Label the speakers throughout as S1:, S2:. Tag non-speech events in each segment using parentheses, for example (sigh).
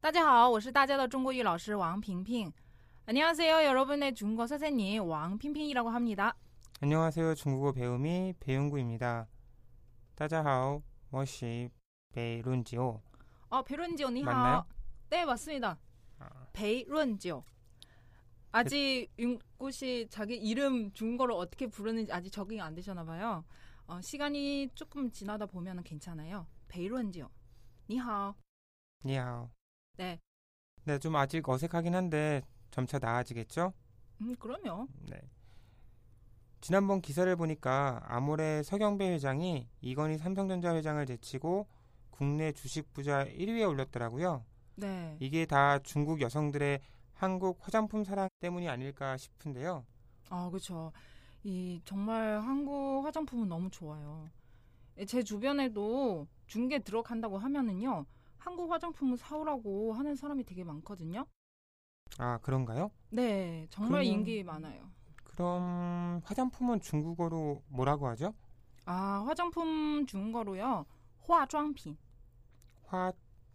S1: 따지하 我是大家的中国语老师王平平 안녕하세요 여러분의 중국어 선생님 왕핑핑이라고 합니다.
S2: 안녕하세요. 중국어 배움이 배용구입니다. 따자하오, 워시, 베이룬지오.
S1: 어, 베론지오 니하.
S2: 맞나요?
S1: 네, 맞습니다.
S2: 아.
S1: 베이론지오. 아직 윤구 씨 자기 이름 중국어로 어떻게 부르는지 아직 적응이 안 되셨나 봐요. 어, 시간이 조금 지나다 보면 괜찮아요. 베이론지오. 니하오.
S2: 니하오.
S1: 네.
S2: 네, 좀 아직 어색하긴 한데 점차 나아지겠죠?
S1: 음, 그럼요.
S2: 네. 지난번 기사를 보니까 아모레 서경배 회장이 이건희 삼성전자 회장을 제치고 국내 주식 부자 1위에 올렸더라고요.
S1: 네.
S2: 이게 다 중국 여성들의 한국 화장품 사랑 때문이 아닐까 싶은데요.
S1: 아, 그렇죠. 이 정말 한국 화장품은 너무 좋아요. 예, 제 주변에도 중계 들어간다고 하면은요. 한국 화장품을 사오라고 하는 사람이 되게 많거든요.
S2: 아, 그런가요?
S1: 네, 정말
S2: 그러면-
S1: 인기 많아요.
S2: 그럼 화장품은 중국어로 뭐라고 하죠?
S1: 아, 화장품 중거로요. 화장품.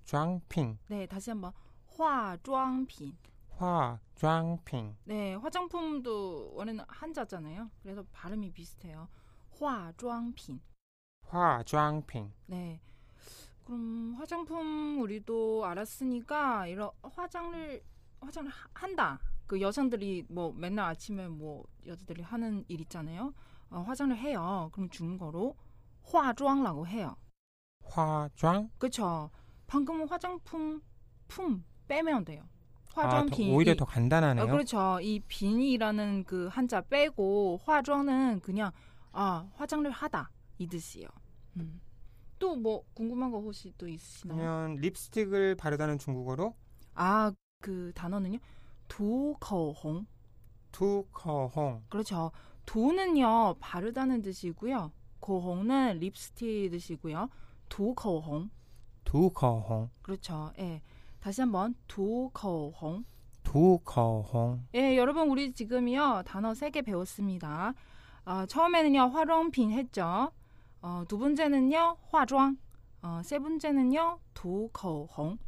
S2: 화장핑.
S1: 네, 다시 한번 화장품.
S2: 화장핑.
S1: 네, 화장품도 원래는 한자잖아요. 그래서 발음이 비슷해요. 화장품.
S2: 화장핑.
S1: 네. 그럼 화장품 우리도 알았으니까 이런 화장을 화장을 하- 한다. 그 여성들이 뭐 맨날 아침에 뭐 여자들이 하는 일 있잖아요. 어, 화장을 해요. 그럼 중거로 화장라고 해요.
S2: 화장.
S1: 그렇죠. 방금 화장품 품 빼면 돼요.
S2: 아, 더-
S1: 화장品
S2: 오히려
S1: 이-
S2: 더 간단하네요.
S1: 어, 그렇죠. 이 빈이라는 그 한자 빼고 화장은 그냥 아 화장을 하다 이 뜻이에요. 음. 또 뭐 궁금한 거 혹시 또 있으시나요?
S2: 그러면 립스틱을 바르다는 중국어로
S1: 아 그 단어는요. 도거홍
S2: 투커홍.
S1: 그렇죠. 도는요 바르다는 뜻이고요. 거홍은 립스틱 뜻이고요. 도거홍
S2: 두커홍.
S1: 그렇죠. 예. 다시 한번 도거홍
S2: 두커홍.
S1: 예, 여러분 우리 지금요 단어 세 개 배웠습니다. 어, 처음에는요 화롱핀 했죠. 어, 두 번째는요 화장. 어, 세 번째는요 도거홍.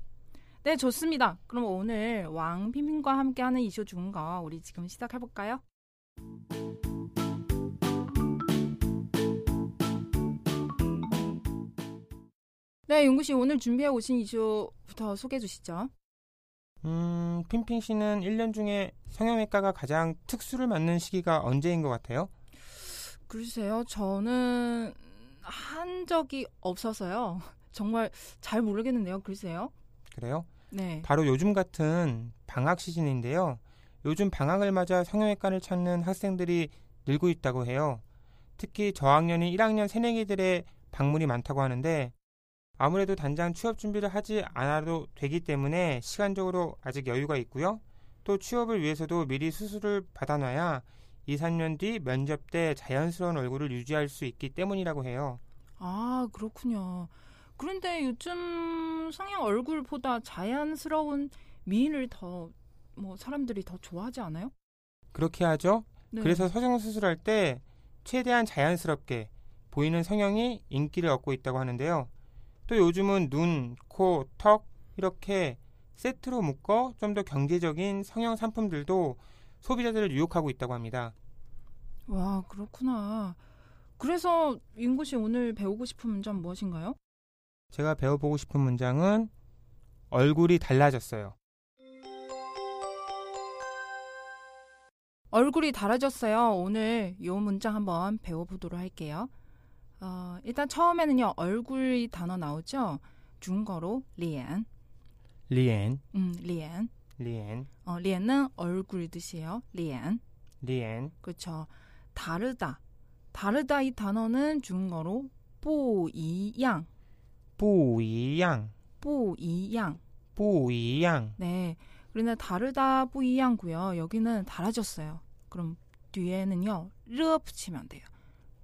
S1: 네, 좋습니다. 그럼 오늘 왕피민과 함께하는 이슈 중거 우리 지금 시작해 볼까요? 네, 용구 씨 오늘 준비해 오신 이슈부터 소개해 주시죠.
S2: 음, 핑핑 씨는 1년 중에 성형외과가 가장 특수를 맞는 시기가 언제인 것 같아요?
S1: 글쎄요, 저는 한 적이 없어서요. (laughs) 정말 잘 모르겠는데요, 글쎄요.
S2: 그래요?
S1: 네.
S2: 바로 요즘 같은 방학 시즌인데요. 요즘 방학을 맞아 성형외과를 찾는 학생들이 늘고 있다고 해요. 특히 저학년인 1학년 새내기들의 방문이 많다고 하는데 아무래도 당장 취업 준비를 하지 않아도 되기 때문에 시간적으로 아직 여유가 있고요. 또 취업을 위해서도 미리 수술을 받아놔야 2, 3년 뒤 면접 때 자연스러운 얼굴을 유지할 수 있기 때문이라고 해요.
S1: 아, 그렇군요. 그런데 요즘 성형 얼굴보다 자연스러운 미인을 더 뭐 사람들이 더 좋아하지 않아요?
S2: 그렇게 하죠.
S1: 네.
S2: 그래서 서정 수술할 때 최대한 자연스럽게 보이는 성형이 인기를 얻고 있다고 하는데요. 또 요즘은 눈, 코, 턱 이렇게 세트로 묶어 좀 더 경제적인 성형 상품들도 소비자들을 유혹하고 있다고 합니다.
S1: 와, 그렇구나. 그래서 윤구 씨 오늘 배우고 싶은 점 무엇인가요?
S2: 제가 배워보고 싶은 문장은 얼굴이 달라졌어요.
S1: 얼굴이 달라졌어요. 오늘 요 문장 한번 배워보도록 할게요. 어, 일단 처음에는요. 얼굴이 단어 나오죠. 중거로 리엔.
S2: 리엔,
S1: 음, 리엔.
S2: 리엔,
S1: 어, 리엔은 얼굴 뜻이에요. 리엔.
S2: 리엔,
S1: 그렇죠. 다르다. 다르다 이 단어는 중거로 뿌이양.
S2: 뿌이양,
S1: 뿌이양.
S2: 뿌이양.
S1: 네. 우리는 다르다 뿌이양고요. 여기는 달라졌어요. 그럼 뒤에는요 르 붙이면 돼요.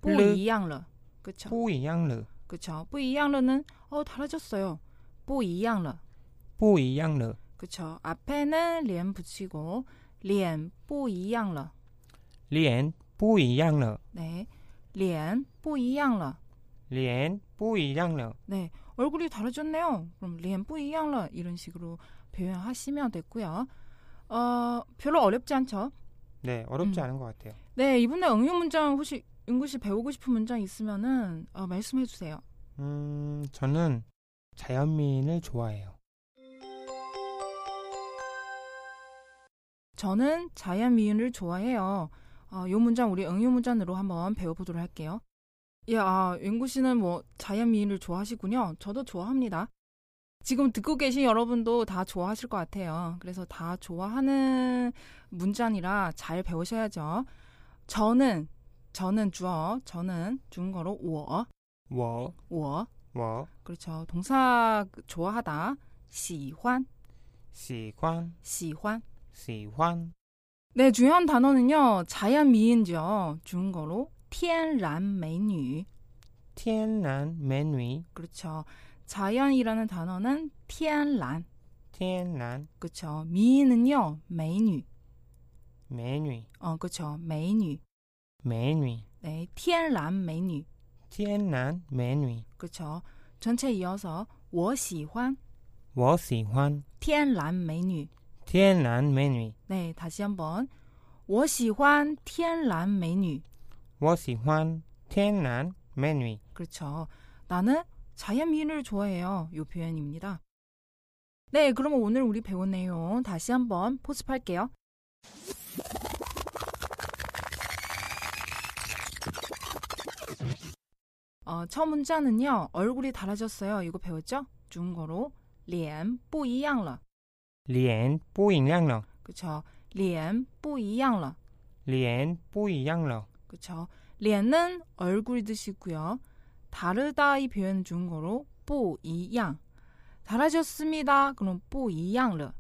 S2: 르.
S1: 뿌이양러 그쵸?
S2: 뿌이양르,
S1: 그쵸? 뿌이양러는 어 달라졌어요. 뿌이양러
S2: 뿌이양르.
S1: 그쵸? 앞에는 리엔 붙이고 리엔 뿌이양러
S2: 脸不一样了，
S1: 네, 리엔 뿌이양러
S2: 脸不一样了。
S1: 네, 얼굴이 달라졌네요. 그럼 리엔 뿌이양러 이런 식으로 표현하시면 됐고요. 어, 별로 어렵지 않죠?
S2: 네, 어렵지
S1: 음.
S2: 않은 것 같아요.
S1: 네, 이번에 응용 문장 혹시 은구 씨 배우고 싶은 문장 있으면은 어, 말씀해 주세요.
S2: 음, 저는 자연미인을 좋아해요.
S1: 저는 자연 미인을 좋아해요. 어, 요 문장 우리 응용 문장으로 한번 배워보도록 할게요. 예, 아, 은구 씨는 뭐 자연 미인을 좋아하시군요. 저도 좋아합니다. 지금 듣고 계신 여러분도 다 좋아하실 것 같아요. 그래서 다 좋아하는 문장이라 잘 배우셔야죠. 저는 저는 주어, 저는 중국어로 我,
S2: 我
S1: 我
S2: 我
S1: 그렇죠. 동사 그 좋아하다. 시환,
S2: 喜欢
S1: 시환.
S2: 喜欢
S1: 네, 중요한 단어는요. 자연 미인이죠. 중국어로 天然美女.
S2: 天然美女，
S1: 그렇죠. 자연이라는 단어는 天然.
S2: 天然
S1: 그렇죠. 미인은요. 美女.
S2: 美女
S1: 어, 그렇죠. 美女.
S2: 美女，
S1: 네, 天然美女.
S2: 天然美女。
S1: 그렇죠. 전체 이어서 我喜欢
S2: 我喜欢
S1: 天然美女.
S2: 天然美女，
S1: 네, 다시 한번. 我喜欢天然美女.
S2: 我喜欢天然美女。
S1: 그렇죠. 나는 자연 미인을 좋아해요. 요 표현입니다. 네, 그러면 오늘 우리 배운 내용 다시 한번 포습할게요. 어, 첫 문자는요. 얼굴이 달라졌어요. 이거 배웠죠? 중국어로 脸不一样了.
S2: 脸不一样了，
S1: 그렇죠. 脸不一样了.
S2: 脸不一样了。
S1: 그렇죠. 脸은 얼굴 뜻이고요. 다르다 이 표현 중국어로 不一样. 달라졌습니다. 그럼 不一样了.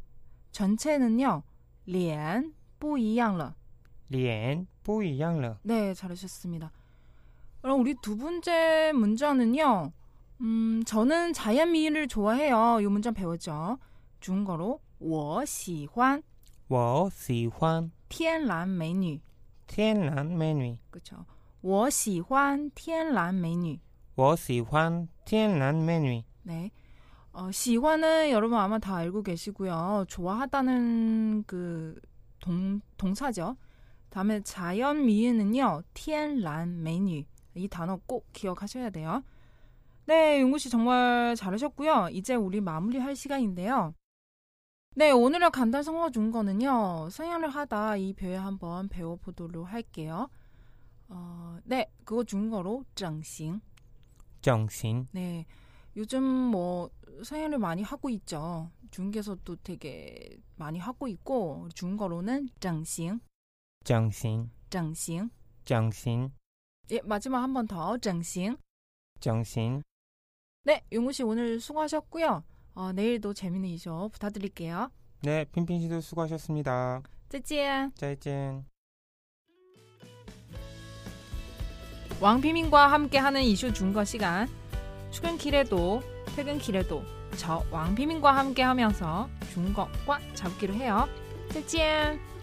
S1: 전체는요. 脸不一样了.
S2: 脸不一样了，
S1: 네, 잘하셨습니다. 그럼 우리 두 번째 문자는요. 음, 저는 자연 미인을 좋아해요. 이 문장 배웠죠. 중국어로 我喜欢
S2: 我喜欢
S1: 天然美女.
S2: 天然美女。
S1: 그렇죠. 我喜欢天然美女.
S2: 我喜欢天然美女，
S1: 네. 어, 시화는 여러분 아마 다 알고 계시고요. 좋아하다는 그 동, 동사죠. 다음에 자연 미인은요. 天然 메뉴. 이 단어 꼭 기억하셔야 돼요. 네, 용구 씨 정말 잘하셨고요. 이제 우리 마무리할 시간인데요. 네, 오늘의 간단 성어 중거는요. 성현을 하다 이 표현 한번 배워보도록 할게요. 어, 네, 그거 중거로 整形.
S2: 整形。
S1: 네. 요즘 뭐 사연을 많이 하고 있죠. 중국에서도 되게 많이 하고 있고 중국어로는 정싱,
S2: 整形，
S1: 정싱.
S2: 整形，
S1: 예, 마지막 한 번 더 정싱.
S2: 整形。
S1: 네, 용우 씨 오늘 수고하셨고요. 어, 내일도 재밌는 이슈 부탁드릴게요.
S2: 네, 핀핀 씨도 수고하셨습니다.
S1: 再见.
S2: 再见.
S1: 왕피민과 함께하는 이슈 중거 시간. 출근길에도 퇴근길에도 저 왕피민과 함께하면서 중국과 잡기로 해요. 再见.